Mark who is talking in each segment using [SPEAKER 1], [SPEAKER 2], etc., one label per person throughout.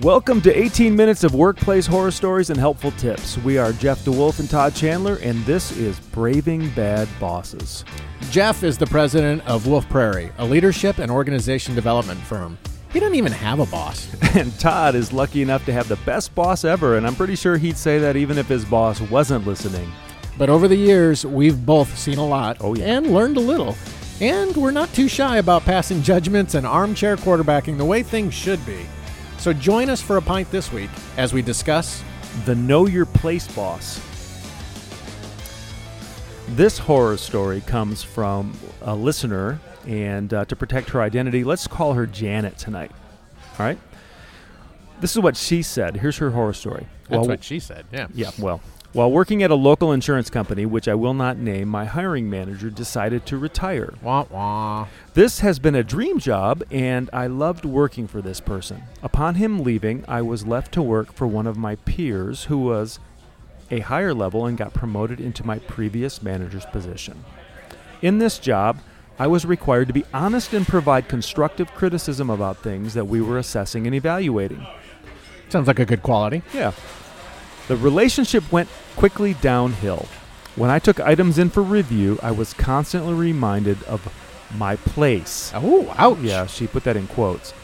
[SPEAKER 1] Welcome to 18 minutes of workplace horror stories and helpful tips. We are Jeff DeWolf and Todd Chandler, and this is Braving Bad Bosses.
[SPEAKER 2] Jeff is the president of Wolf Prairie, a leadership and organization development firm. He doesn't even have a boss.
[SPEAKER 1] And Todd is lucky enough to have the best boss ever, and I'm pretty sure he'd say that even if his boss wasn't listening.
[SPEAKER 2] But over the years, we've both seen a lot
[SPEAKER 1] Oh, yeah.
[SPEAKER 2] and learned a little. And we're not too shy about passing judgments and armchair quarterbacking the way things should be. So join us for a pint this week as we discuss
[SPEAKER 1] The Know Your Place Boss. This horror story comes from a listener, and uh, to protect her identity, let's call her Janet tonight. All right? This is what she said. Here's her horror story. While-
[SPEAKER 2] she said. Yeah.
[SPEAKER 1] Yeah, well. While working at a local insurance company, which I will not name, my hiring manager decided to retire.
[SPEAKER 2] Wah wah.
[SPEAKER 1] This has been a dream job, and I loved working for this person. Upon him leaving, I was left to work for one of my peers who was a higher level and got promoted into my previous manager's position. In this job, I was required to be honest and provide constructive criticism about things that we were assessing and evaluating.
[SPEAKER 2] Sounds like a good quality.
[SPEAKER 1] Yeah. The relationship went quickly downhill. When I took items in for review, I was constantly reminded of my place.
[SPEAKER 2] Oh, ouch.
[SPEAKER 1] Yeah, she put that in quotes.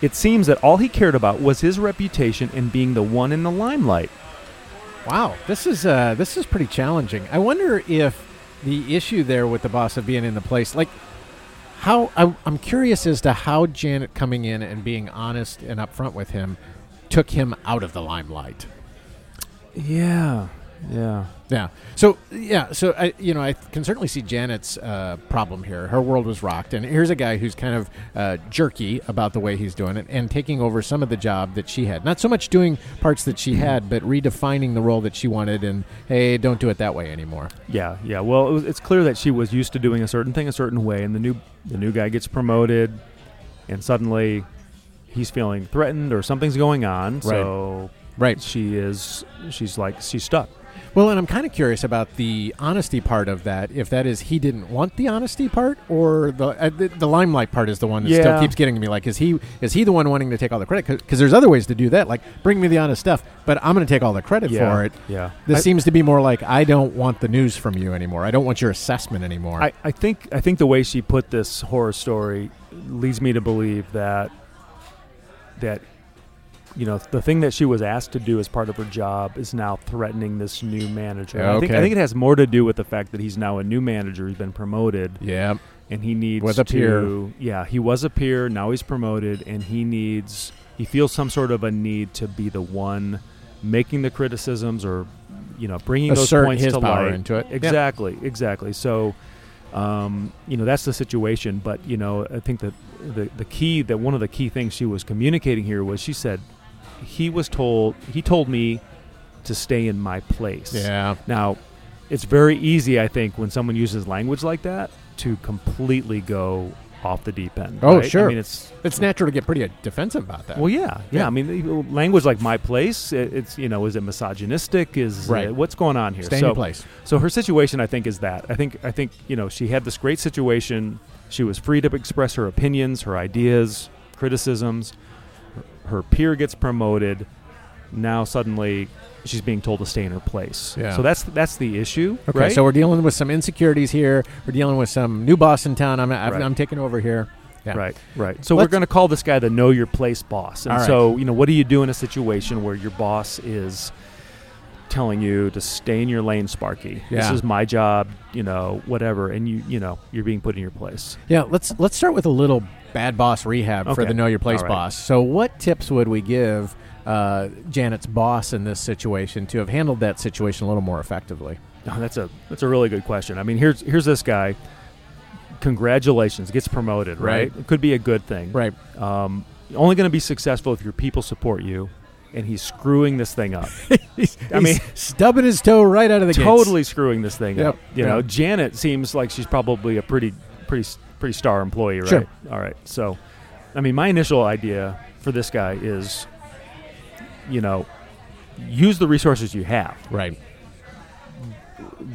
[SPEAKER 1] It seems that all he cared about was his reputation and being the one in the limelight.
[SPEAKER 2] Wow, this is uh, this is pretty challenging. I wonder if the issue there with the boss of being in the place, like how I, I'm curious as to how Janet coming in and being honest and upfront with him took him out of the limelight.
[SPEAKER 1] Yeah. Yeah.
[SPEAKER 2] Yeah. So yeah. So I, you know, I can certainly see Janet's uh, problem here. Her world was rocked, and here's a guy who's kind of uh, jerky about the way he's doing it, and taking over some of the job that she had. Not so much doing parts that she had, but redefining the role that she wanted. And hey, don't do it that way anymore.
[SPEAKER 1] Yeah, yeah. Well, it was, it's clear that she was used to doing a certain thing a certain way, and the new the new guy gets promoted, and suddenly he's feeling threatened or something's going on. So
[SPEAKER 2] Right.
[SPEAKER 1] she is she's like she's stuck.
[SPEAKER 2] Well, and I'm kind of curious about the honesty part of that. If that is he didn't want the honesty part, or the uh, the, the limelight part is the one that
[SPEAKER 1] Yeah.
[SPEAKER 2] still keeps getting to me. Like, is he is he the one wanting to take all the credit? Because there's other ways to do that. Like, bring me the honest stuff, but I'm going to take all the credit
[SPEAKER 1] Yeah,
[SPEAKER 2] for it.
[SPEAKER 1] yeah.
[SPEAKER 2] This
[SPEAKER 1] I-
[SPEAKER 2] seems to be more like I don't want the news from you anymore. I don't want your assessment anymore.
[SPEAKER 1] I, I think I think the way she put this horror story leads me to believe that that you know the thing that she was asked to do as part of her job is now threatening this new manager. I think I
[SPEAKER 2] Okay.
[SPEAKER 1] think it has more to do with the fact that he's now a new manager. He's been promoted
[SPEAKER 2] yeah.
[SPEAKER 1] and he needs
[SPEAKER 2] Was a
[SPEAKER 1] to,
[SPEAKER 2] peer.
[SPEAKER 1] Yeah, he was a peer. Now he's promoted, and he needs. He feels some sort of a need to be the one making the criticisms or, you know, bringing those
[SPEAKER 2] Assert
[SPEAKER 1] points
[SPEAKER 2] his
[SPEAKER 1] to
[SPEAKER 2] power
[SPEAKER 1] light.
[SPEAKER 2] into it. Yeah.
[SPEAKER 1] Exactly, exactly. So, um, you know, that's the situation. But you know, I think that the the key that one of the key things she was communicating here was she said he was told he told me to stay in my place.
[SPEAKER 2] Yeah.
[SPEAKER 1] Now, it's very easy, I think, when someone uses language like that to completely go off the deep end.
[SPEAKER 2] Oh,
[SPEAKER 1] right? I
[SPEAKER 2] sure.
[SPEAKER 1] mean, it's
[SPEAKER 2] It's natural to get pretty uh, defensive about that.
[SPEAKER 1] well, yeah, yeah.
[SPEAKER 2] Yeah.
[SPEAKER 1] I mean, e- language like "my place," it, it's you know, is it misogynistic? Is uh,
[SPEAKER 2] Right.
[SPEAKER 1] what's going on here?
[SPEAKER 2] Stay in
[SPEAKER 1] so,
[SPEAKER 2] your place.
[SPEAKER 1] so her situation, I think, is that. I think, I think, you know, she had this great situation. She was free to express her opinions, her ideas, criticisms. Her her peer gets promoted. Now suddenly, she's being told to stay in her place.
[SPEAKER 2] Yeah.
[SPEAKER 1] So that's that's the issue,
[SPEAKER 2] Okay,
[SPEAKER 1] right?
[SPEAKER 2] so we're dealing with some insecurities here. We're dealing with some new boss in town. I'm, I'm,
[SPEAKER 1] Right.
[SPEAKER 2] I'm taking over here. Yeah.
[SPEAKER 1] Right, right. So we're
[SPEAKER 2] Let's-
[SPEAKER 1] going to call this guy the know your place boss. And
[SPEAKER 2] All right.
[SPEAKER 1] so, you know, what do you do in a situation where your boss is telling you to stay in your lane, Sparky? This
[SPEAKER 2] Yeah.
[SPEAKER 1] is my job, you know, whatever. And you, you know, you're being put in your place.
[SPEAKER 2] Yeah, let's let's start with a little bad boss rehab for
[SPEAKER 1] Okay.
[SPEAKER 2] the know your place
[SPEAKER 1] All right.
[SPEAKER 2] boss. So, what tips would we give uh, Janet's boss in this situation to have handled that situation a little more effectively?
[SPEAKER 1] Oh, that's a that's a really good question. I mean, here's here's this guy. Congratulations, gets promoted, right?
[SPEAKER 2] Right.
[SPEAKER 1] It could be a good thing.
[SPEAKER 2] Right.
[SPEAKER 1] Um, only going to be successful if your people support you. And he's screwing this thing up. I mean,
[SPEAKER 2] stubbing his toe right out of the gates.
[SPEAKER 1] totally screwing this thing
[SPEAKER 2] Yep,
[SPEAKER 1] up. You
[SPEAKER 2] yeah.
[SPEAKER 1] know, Janet seems like she's probably a pretty, pretty, pretty star employee, right?
[SPEAKER 2] Sure.
[SPEAKER 1] All right. So, I mean, my initial idea for this guy is, you know, use the resources you have.
[SPEAKER 2] Right.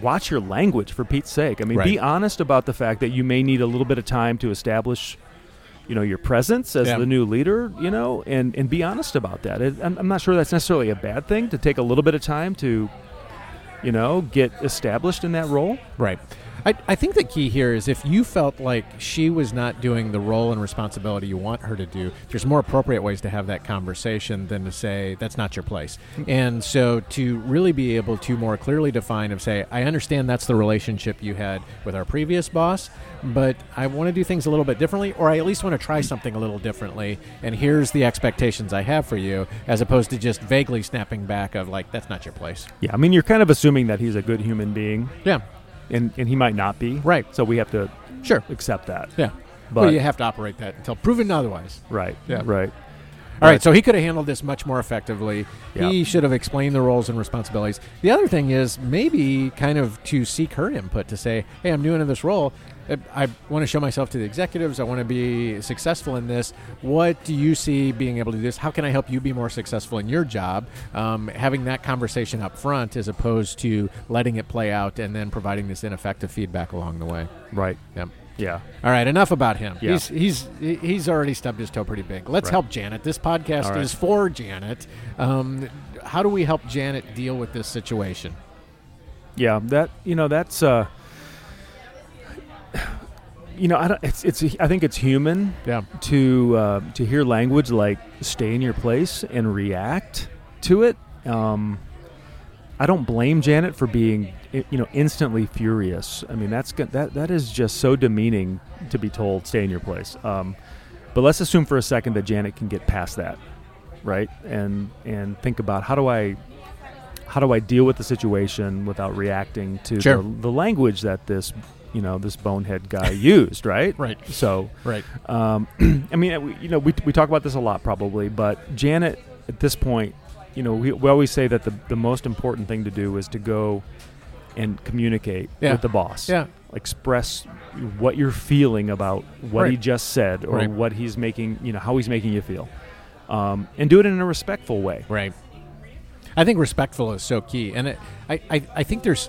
[SPEAKER 1] Watch your language, for Pete's sake. I mean, be
[SPEAKER 2] Right.
[SPEAKER 1] honest about the fact that you may need a little bit of time to establish you know your presence as
[SPEAKER 2] Yeah.
[SPEAKER 1] the new leader you know and and be honest about that it, I'm, I'm not sure that's necessarily a bad thing to take a little bit of time to you know get established in that role
[SPEAKER 2] Right. I, I think the key here is if you felt like she was not doing the role and responsibility you want her to do, there's more appropriate ways to have that conversation than to say, that's not your place. And so to really be able to more clearly define and say, I understand that's the relationship you had with our previous boss, but I want to do things a little bit differently, or I at least want to try something a little differently. And here's the expectations I have for you, as opposed to just vaguely snapping back of, like, that's not your place.
[SPEAKER 1] yeah i mean you're kind of assuming that he's a good human being
[SPEAKER 2] Yeah.
[SPEAKER 1] and and he might not be
[SPEAKER 2] Right.
[SPEAKER 1] so we have to
[SPEAKER 2] Sure.
[SPEAKER 1] accept that
[SPEAKER 2] Yeah.
[SPEAKER 1] but
[SPEAKER 2] well, you have to operate that until proven otherwise.
[SPEAKER 1] right
[SPEAKER 2] Yeah.
[SPEAKER 1] right
[SPEAKER 2] All right,
[SPEAKER 1] But-
[SPEAKER 2] so he could have handled this much more effectively. He
[SPEAKER 1] Yeah.
[SPEAKER 2] should have explained the roles and responsibilities. The other thing is maybe kind of to seek her input to say, "Hey, I'm new into this role. I- I want to show myself to the executives. I want to be successful in this. What do you see being able to do this? How can I help you be more successful in your job?" Um, having that conversation up front as opposed to letting it play out and then providing this ineffective feedback along the way.
[SPEAKER 1] right
[SPEAKER 2] Yep.
[SPEAKER 1] yeah
[SPEAKER 2] All right, enough about him.
[SPEAKER 1] Yeah.
[SPEAKER 2] He's he's he's already stubbed his toe pretty big. Let's
[SPEAKER 1] Right.
[SPEAKER 2] help Janet. This podcast
[SPEAKER 1] All right.
[SPEAKER 2] is for Janet. Um, how do we help Janet deal with this situation?
[SPEAKER 1] Yeah, that you know that's uh, you know I don't, it's it's I think it's human
[SPEAKER 2] Yeah.
[SPEAKER 1] to uh, to hear language like stay in your place and react to it. Um, I don't blame Janet for being i- you know instantly furious. I mean that's go- that that is just so demeaning to be told stay in your place. Um, but let's assume for a second that Janet can get past that, right? And and think about how do I how do I deal with the situation without reacting to
[SPEAKER 2] Sure.
[SPEAKER 1] the, the language that this you know this bonehead guy used, right?
[SPEAKER 2] Right.
[SPEAKER 1] So
[SPEAKER 2] Right.
[SPEAKER 1] um, I mean, uh, we- you know, we, we talk about this a lot probably, but Janet, at this point, you know, we, we always say that the, the most important thing to do is to go and communicate
[SPEAKER 2] Yeah.
[SPEAKER 1] with the boss.
[SPEAKER 2] Yeah.
[SPEAKER 1] Express what you're feeling about what he
[SPEAKER 2] Right.
[SPEAKER 1] just said or
[SPEAKER 2] Right.
[SPEAKER 1] what he's making, you know, how he's making you feel. Um, and do it in a respectful way.
[SPEAKER 2] Right. I think respectful is so key, and it, I, I I think there's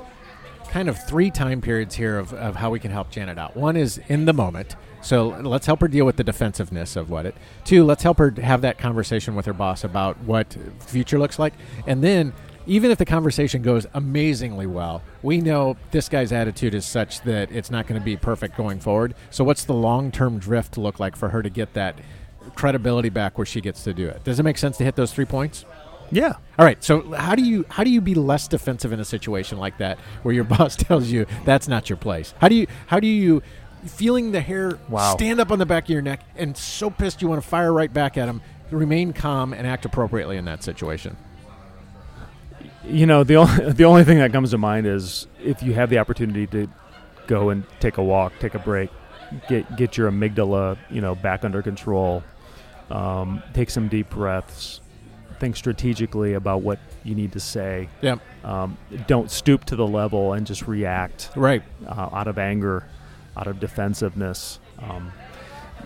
[SPEAKER 2] kind of three time periods here of, of how we can help Janet out. One is in the moment. So let's help her deal with the defensiveness of what it. Two, let's help her have that conversation with her boss about what future looks like. And then even if the conversation goes amazingly well, we know this guy's attitude is such that it's not going to be perfect going forward. So what's the long-term drift look like for her to get that credibility back where she gets to do it? Does it make sense to hit those three points?
[SPEAKER 1] Yeah.
[SPEAKER 2] All right. So how do you how do you be less defensive in a situation like that where your boss tells you that's not your place? How do you how do you feeling the hair
[SPEAKER 1] Wow.
[SPEAKER 2] stand up on the back of your neck and so pissed you want to fire right back at him? Remain calm and act appropriately in that situation.
[SPEAKER 1] You know, the only, the only thing that comes to mind is if you have the opportunity to go and take a walk, take a break, get get your amygdala, you know, back under control. Um, take some deep breaths. Think strategically about what you need to say.
[SPEAKER 2] Yeah.
[SPEAKER 1] Um, don't stoop to the level and just react
[SPEAKER 2] Right.
[SPEAKER 1] uh, out of anger, out of defensiveness. Um,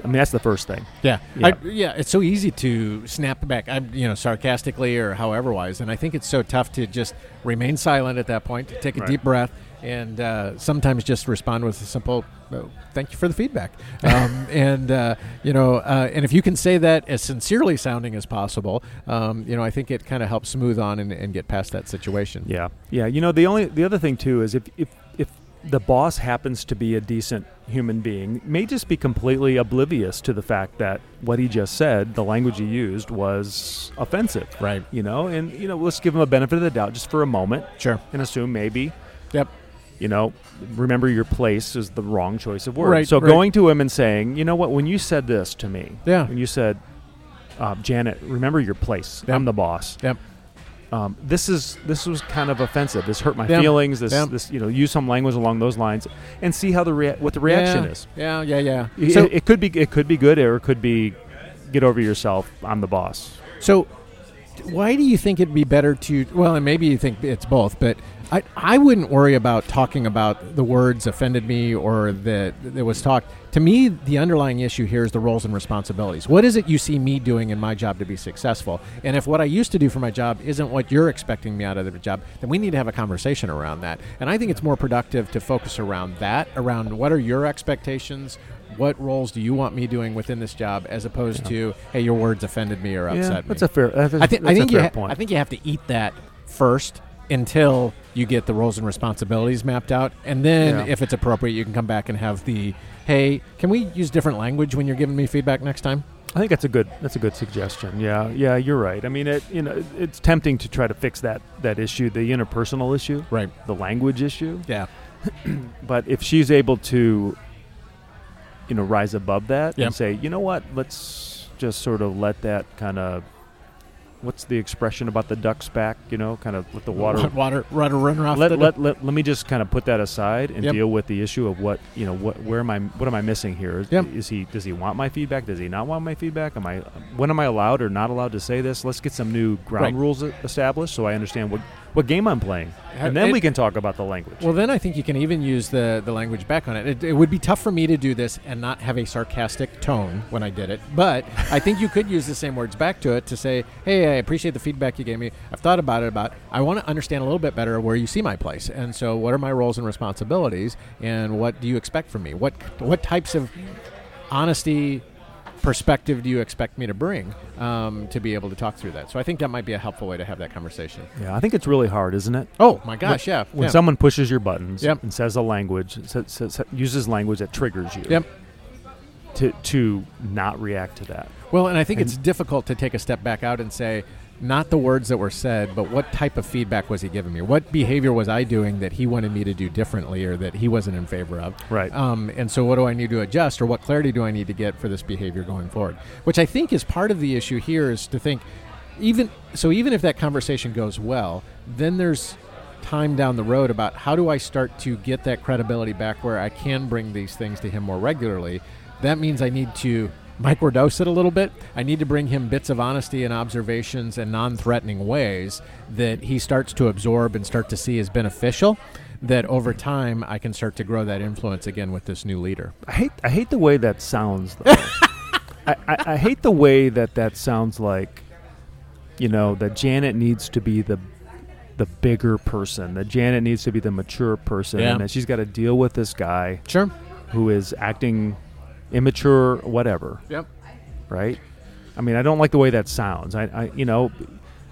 [SPEAKER 1] I mean, that's the first thing.
[SPEAKER 2] Yeah,
[SPEAKER 1] Yeah.
[SPEAKER 2] I, yeah. It's so easy to snap back, I, you know, sarcastically or however wise, and I think it's so tough to just remain silent at that point, take a
[SPEAKER 1] Right.
[SPEAKER 2] deep breath, and uh, sometimes just respond with a simple oh, "Thank you for the feedback," um, and uh, you know, uh, and if you can say that as sincerely sounding as possible, um, you know, I think it kind of helps smooth on and, and get past that situation.
[SPEAKER 1] Yeah, yeah. You know, the only the other thing too is if if if the boss happens to be a decent human being, may just be completely oblivious to the fact that what he just said, the language he used, was offensive.
[SPEAKER 2] Right.
[SPEAKER 1] You know, and you know, let's give him a benefit of the doubt just for a moment
[SPEAKER 2] Sure.
[SPEAKER 1] and assume maybe.
[SPEAKER 2] Yep.
[SPEAKER 1] You know, remember your place is the wrong choice of word.
[SPEAKER 2] Right,
[SPEAKER 1] so
[SPEAKER 2] right.
[SPEAKER 1] going to him and saying, you know what, when you said this to me,
[SPEAKER 2] Yeah.
[SPEAKER 1] when you said, uh, Janet, remember your place.
[SPEAKER 2] Yep.
[SPEAKER 1] I'm the boss
[SPEAKER 2] Yep.
[SPEAKER 1] um, this is this was kind of offensive. This hurt my
[SPEAKER 2] Yeah.
[SPEAKER 1] feelings. This
[SPEAKER 2] Yeah.
[SPEAKER 1] this you know use some language along those lines and see how the rea- what the reaction
[SPEAKER 2] yeah.
[SPEAKER 1] is.
[SPEAKER 2] Yeah. Yeah. Yeah.
[SPEAKER 1] It-
[SPEAKER 2] So-
[SPEAKER 1] it, could be it could be good or it could be get over yourself. I'm the boss.
[SPEAKER 2] So, why do you think it'd be better to? Well, and maybe you think it's both, but I, I wouldn't worry about talking about the words offended me or that it was talked. To me, the underlying issue here is the roles and responsibilities. What is it you see me doing in my job to be successful? And if what I used to do for my job isn't what you're expecting me out of the job, then we need to have a conversation around that. And I think it's more productive to focus around that, around what are your expectations? What roles do you want me doing within this job, as opposed to, hey, your words offended me or upset
[SPEAKER 1] yeah,
[SPEAKER 2] me?
[SPEAKER 1] that's a fair. That's,
[SPEAKER 2] I think
[SPEAKER 1] that's
[SPEAKER 2] I think
[SPEAKER 1] a
[SPEAKER 2] you
[SPEAKER 1] fair
[SPEAKER 2] ha-
[SPEAKER 1] point.
[SPEAKER 2] I think you have to eat that first until you get the roles and responsibilities mapped out, and then
[SPEAKER 1] Yeah.
[SPEAKER 2] if it's appropriate, you can come back and have the hey, can we use different language when you're giving me feedback next time?
[SPEAKER 1] I think that's a good that's a good suggestion. Yeah, yeah, you're right. I mean, it you know it's tempting to try to fix that that issue, the interpersonal issue,
[SPEAKER 2] Right.
[SPEAKER 1] the language issue.
[SPEAKER 2] Yeah.
[SPEAKER 1] But if she's able to, you know, rise above that
[SPEAKER 2] Yeah.
[SPEAKER 1] and say, you know what, let's just sort of let that kind of what's the expression about the duck's back? You know, kind of let the water.
[SPEAKER 2] water, water running off. the
[SPEAKER 1] Let,
[SPEAKER 2] d-
[SPEAKER 1] let, let, let me just kind of put that aside and
[SPEAKER 2] Yep.
[SPEAKER 1] deal with the issue of what you know what where am I what am I missing here is,
[SPEAKER 2] Yep.
[SPEAKER 1] is he does he want my feedback does he not want my feedback am I when am I allowed or not allowed to say this let's get some new ground
[SPEAKER 2] Right.
[SPEAKER 1] rules e- established so I understand what what game I'm playing and then
[SPEAKER 2] it-
[SPEAKER 1] we can talk about the language
[SPEAKER 2] Well, then I think you can even use the, the language back on it. it. It would be tough for me to do this and not have a sarcastic tone when I did it, but I think you could use the same words back to it to say, hey, I appreciate the feedback you gave me. I've thought about it, about I want to understand a little bit better where you see my place. And so, what are my roles and responsibilities, and what do you expect from me? What, what types of honesty perspective do you expect me to bring um, to be able to talk through that? So, I think that might be a helpful way to have that conversation.
[SPEAKER 1] yeah I think it's really hard isn't it
[SPEAKER 2] Oh, my gosh, yeah.
[SPEAKER 1] when
[SPEAKER 2] yeah.
[SPEAKER 1] someone pushes your buttons
[SPEAKER 2] Yep.
[SPEAKER 1] and says a language sa- sa- sa- uses language that triggers you
[SPEAKER 2] Yep.
[SPEAKER 1] to to not react to that
[SPEAKER 2] Well, and I think it's difficult to take a step back out and say, not the words that were said, but what type of feedback was he giving me? What behavior was I doing that he wanted me to do differently or that he wasn't in favor of?
[SPEAKER 1] Right.
[SPEAKER 2] Um, and so, what do I need to adjust or what clarity do I need to get for this behavior going forward? Which I think is part of the issue here is to think, even so, even if that conversation goes well, then there's time down the road about how do I start to get that credibility back where I can bring these things to him more regularly. That means I need to microdose it a little bit. I need to bring him bits of honesty and observations and non threatening ways that he starts to absorb and start to see as beneficial. That over time I can start to grow that influence again with this new leader.
[SPEAKER 1] I hate I hate the way that sounds though. I, I, I hate the way that that sounds like you know that Janet needs to be the the bigger person that Janet needs to be the mature person
[SPEAKER 2] Yeah.
[SPEAKER 1] and that she's got to deal with this guy
[SPEAKER 2] Sure.
[SPEAKER 1] who is acting immature whatever
[SPEAKER 2] Yep.
[SPEAKER 1] right I mean I don't like the way that sounds I, I you know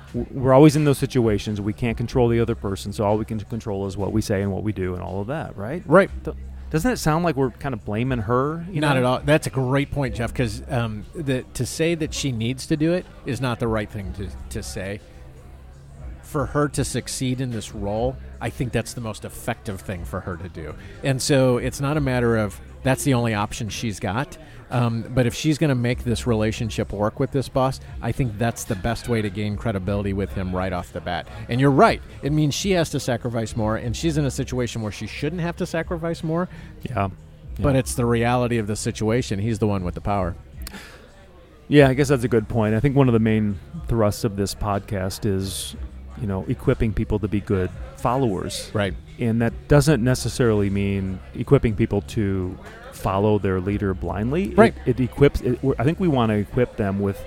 [SPEAKER 1] w- we're always in those situations we can't control the other person so all we can control is what we say and what we do and all of that right
[SPEAKER 2] Right.
[SPEAKER 1] Don't- doesn't it sound like we're kind of blaming her you
[SPEAKER 2] not
[SPEAKER 1] know?
[SPEAKER 2] at all. That's a great point, Jeff. Because um, the, to say that she needs to do it is not the right thing to, to say. For her to succeed in this role, I think that's the most effective thing for her to do. And so it's not a matter of that's the only option she's got. Um, but if she's going to make this relationship work with this boss, I think that's the best way to gain credibility with him right off the bat. And you're right. It means she has to sacrifice more, and she's in a situation where she shouldn't have to sacrifice more.
[SPEAKER 1] Yeah.
[SPEAKER 2] But it's the reality of the situation. He's the one with the power.
[SPEAKER 1] Yeah, I guess that's a good point. I think one of the main thrusts of this podcast is, you know, equipping people to be good followers.
[SPEAKER 2] Right.
[SPEAKER 1] And that doesn't necessarily mean equipping people to follow their leader blindly. It-
[SPEAKER 2] Right.
[SPEAKER 1] It, equips, it, we're- I think we want to equip them with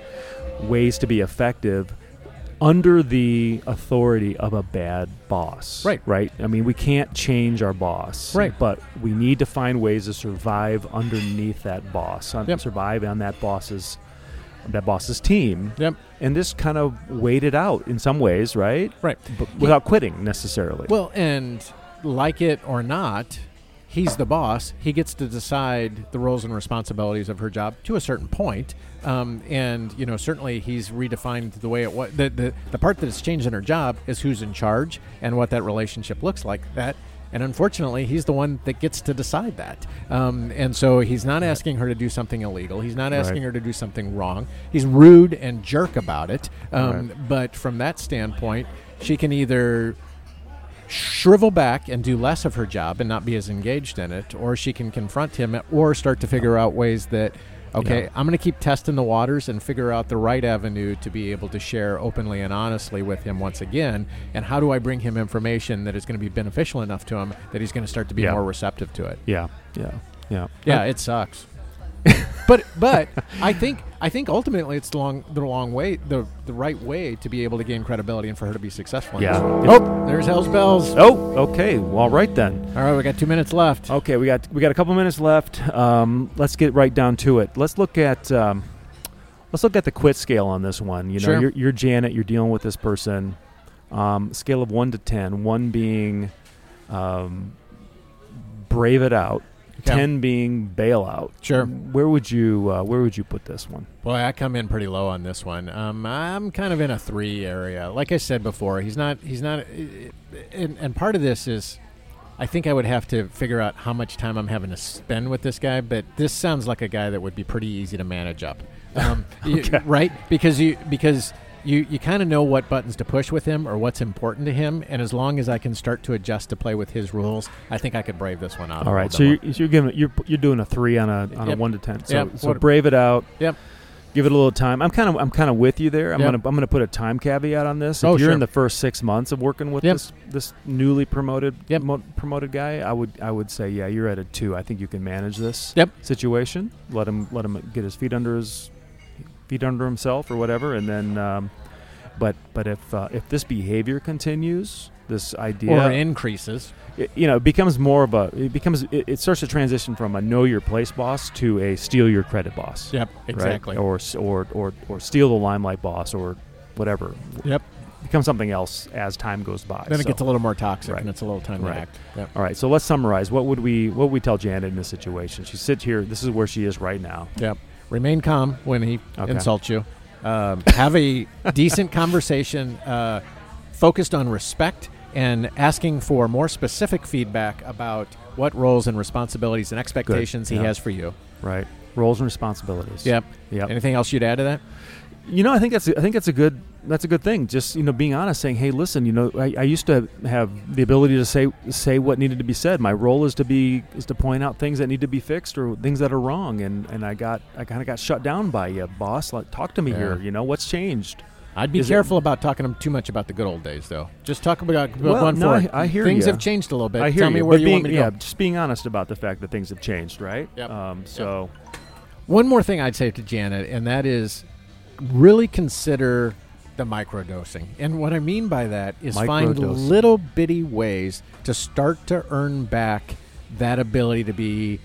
[SPEAKER 1] ways to be effective under the authority of a bad boss.
[SPEAKER 2] Right.
[SPEAKER 1] Right. I mean, we can't change our boss.
[SPEAKER 2] Right.
[SPEAKER 1] But we need to find ways to survive underneath that boss, on,
[SPEAKER 2] Yep.
[SPEAKER 1] survive on that boss's that boss's team.
[SPEAKER 2] Yep.
[SPEAKER 1] And this kind of waited out in some ways, right?
[SPEAKER 2] Right.
[SPEAKER 1] But without quitting necessarily.
[SPEAKER 2] Well, and like it or not, he's the boss. He gets to decide the roles and responsibilities of her job to a certain point. Um, and you know, certainly he's redefined the way it was. The, the the part that has changed in her job is who's in charge and what that relationship looks like. That. And unfortunately, he's the one that gets to decide that. Um, and so he's not asking her to do something illegal. He's not asking
[SPEAKER 1] Right.
[SPEAKER 2] her to do something wrong. He's rude and jerk about it. Um, But from that standpoint, she can either shrivel back and do less of her job and not be as engaged in it, or she can confront him or start to figure out ways that Okay,
[SPEAKER 1] Yeah.
[SPEAKER 2] I'm going to keep testing the waters and figure out the right avenue to be able to share openly and honestly with him once again. And how do I bring him information that is going to be beneficial enough to him that he's going to start to be
[SPEAKER 1] Yeah.
[SPEAKER 2] more receptive to it?
[SPEAKER 1] Yeah. Yeah. Yeah.
[SPEAKER 2] Yeah, it sucks. but but I think I think ultimately it's the long the long way the the right way to be able to gain credibility and for her to be successful. in
[SPEAKER 1] Yeah.
[SPEAKER 2] this. Oh, there's hell's bells.
[SPEAKER 1] Oh, okay. Well, all right then.
[SPEAKER 2] All right, we got two minutes left.
[SPEAKER 1] Okay, we got we got a couple minutes left. Um, let's get right down to it. Let's look at um, let's look at the quit scale on this one. You know,
[SPEAKER 2] Sure.
[SPEAKER 1] you're, you're Janet. You're dealing with this person. Um, scale of one to ten. One being um, brave it out.
[SPEAKER 2] Yeah.
[SPEAKER 1] Ten being bailout.
[SPEAKER 2] Sure.
[SPEAKER 1] Where would you uh, Where would you put this one?
[SPEAKER 2] Boy, I come in pretty low on this one. Um, I'm kind of in a three area. Like I said before, he's not. He's not. And, and part of this is, I think I would have to figure out how much time I'm having to spend with this guy. But this sounds like a guy that would be pretty easy to manage up, um, you-
[SPEAKER 1] Okay.
[SPEAKER 2] right? Because you because. You, you kind of know what buttons to push with him or what's important to him, and as long as I can start to adjust to play with his rules, I think I could brave this one out. a
[SPEAKER 1] All right,
[SPEAKER 2] little
[SPEAKER 1] so
[SPEAKER 2] bit
[SPEAKER 1] you're, so you're giving you're you're doing a three on a on a
[SPEAKER 2] Yep.
[SPEAKER 1] one to ten. So,
[SPEAKER 2] Yep.
[SPEAKER 1] so
[SPEAKER 2] What-
[SPEAKER 1] brave it out.
[SPEAKER 2] Yep.
[SPEAKER 1] Give it a little time. I'm kind of I'm kind of with you there. I'm
[SPEAKER 2] Yep.
[SPEAKER 1] gonna I'm gonna put a time caveat on this. If
[SPEAKER 2] Oh,
[SPEAKER 1] you're
[SPEAKER 2] sure.
[SPEAKER 1] in the first six months of working with
[SPEAKER 2] Yep.
[SPEAKER 1] this this newly promoted
[SPEAKER 2] Yep.
[SPEAKER 1] mo- promoted guy, I would I would say yeah, you're at a two. I think you can manage this
[SPEAKER 2] Yep.
[SPEAKER 1] situation. Let him let him get his feet under his feet under himself or whatever, and then. Um, but but if uh, if this behavior continues, this idea
[SPEAKER 2] more. Or increases.
[SPEAKER 1] it- you know, it becomes more of a, it becomes, it, it starts to transition from a know your place boss to a steal your credit boss.
[SPEAKER 2] Yep,
[SPEAKER 1] right?
[SPEAKER 2] exactly.
[SPEAKER 1] Or, s- or, or, or steal the limelight boss or whatever.
[SPEAKER 2] Yep.
[SPEAKER 1] Becomes something else as time goes by.
[SPEAKER 2] Then it
[SPEAKER 1] So-
[SPEAKER 2] gets a little more toxic,
[SPEAKER 1] Right.
[SPEAKER 2] and it's a little time
[SPEAKER 1] Right.
[SPEAKER 2] to act. Yep.
[SPEAKER 1] All right. So let's summarize. What would we, what would we tell Janet in this situation? She sits here. This is where she is right now.
[SPEAKER 2] Yep. Remain calm when he
[SPEAKER 1] Okay.
[SPEAKER 2] insults you. Um, have a decent conversation uh, focused on respect and asking for more specific feedback about what roles and responsibilities and expectations he
[SPEAKER 1] Yeah.
[SPEAKER 2] has for you.
[SPEAKER 1] Right. Roles and responsibilities.
[SPEAKER 2] Yep.
[SPEAKER 1] Yep.
[SPEAKER 2] Anything else you'd add to that?
[SPEAKER 1] You know, I think that's I think that's a good that's a good thing. Just you know, being honest, saying, "Hey, listen, you know, I, I used to have the ability to say say what needed to be said. My role is to be is to point out things that need to be fixed or things that are wrong, and and I got I kind of got shut down by you, boss. Like, talk to me
[SPEAKER 2] Yeah.
[SPEAKER 1] here. You know, what's changed?
[SPEAKER 2] I'd be
[SPEAKER 1] Is it-
[SPEAKER 2] careful about talking to him too much about the good old days, though. Just talk about about
[SPEAKER 1] Well,
[SPEAKER 2] one
[SPEAKER 1] no,
[SPEAKER 2] for
[SPEAKER 1] I-
[SPEAKER 2] it.
[SPEAKER 1] I hear
[SPEAKER 2] Things
[SPEAKER 1] ya.
[SPEAKER 2] have changed a little bit.
[SPEAKER 1] I hear
[SPEAKER 2] Tell me
[SPEAKER 1] you,
[SPEAKER 2] where
[SPEAKER 1] but
[SPEAKER 2] you
[SPEAKER 1] being,
[SPEAKER 2] want me to
[SPEAKER 1] yeah,
[SPEAKER 2] go.
[SPEAKER 1] just being honest about the fact that things have changed, right?
[SPEAKER 2] Yep.
[SPEAKER 1] Um, so
[SPEAKER 2] One more thing I'd say to Janet, and that is really consider the microdosing. And what I mean by that is find
[SPEAKER 1] Microdosing.
[SPEAKER 2] little bitty ways to start to earn back that ability to be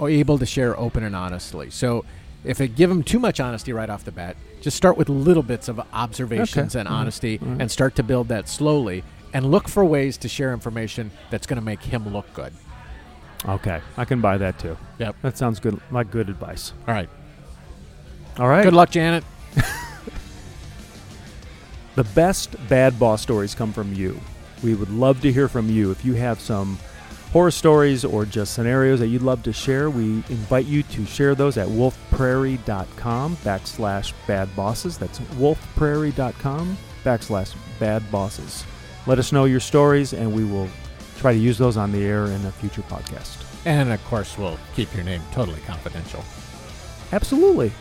[SPEAKER 2] able to share open and honestly. So if they give them too much honesty right off the bat, just start with little bits of observations
[SPEAKER 1] Okay.
[SPEAKER 2] and
[SPEAKER 1] All right.
[SPEAKER 2] honesty
[SPEAKER 1] All right.
[SPEAKER 2] and start to build that slowly and look for ways to share information that's going to make him look good.
[SPEAKER 1] okay, I can buy that too.
[SPEAKER 2] Yep.
[SPEAKER 1] That sounds good. Like good advice.
[SPEAKER 2] All right.
[SPEAKER 1] All right.
[SPEAKER 2] Good luck, Janet.
[SPEAKER 1] The best bad boss stories come from you. We would love to hear from you. If you have some horror stories or just scenarios that you'd love to share, we invite you to share those at wolfprairie.com backslash bad bosses. That's wolfprairie.com backslash bad bosses. Let us know your stories, and we will try to use those on the air in a future podcast.
[SPEAKER 2] And of course, we'll keep your name totally confidential.
[SPEAKER 1] Absolutely.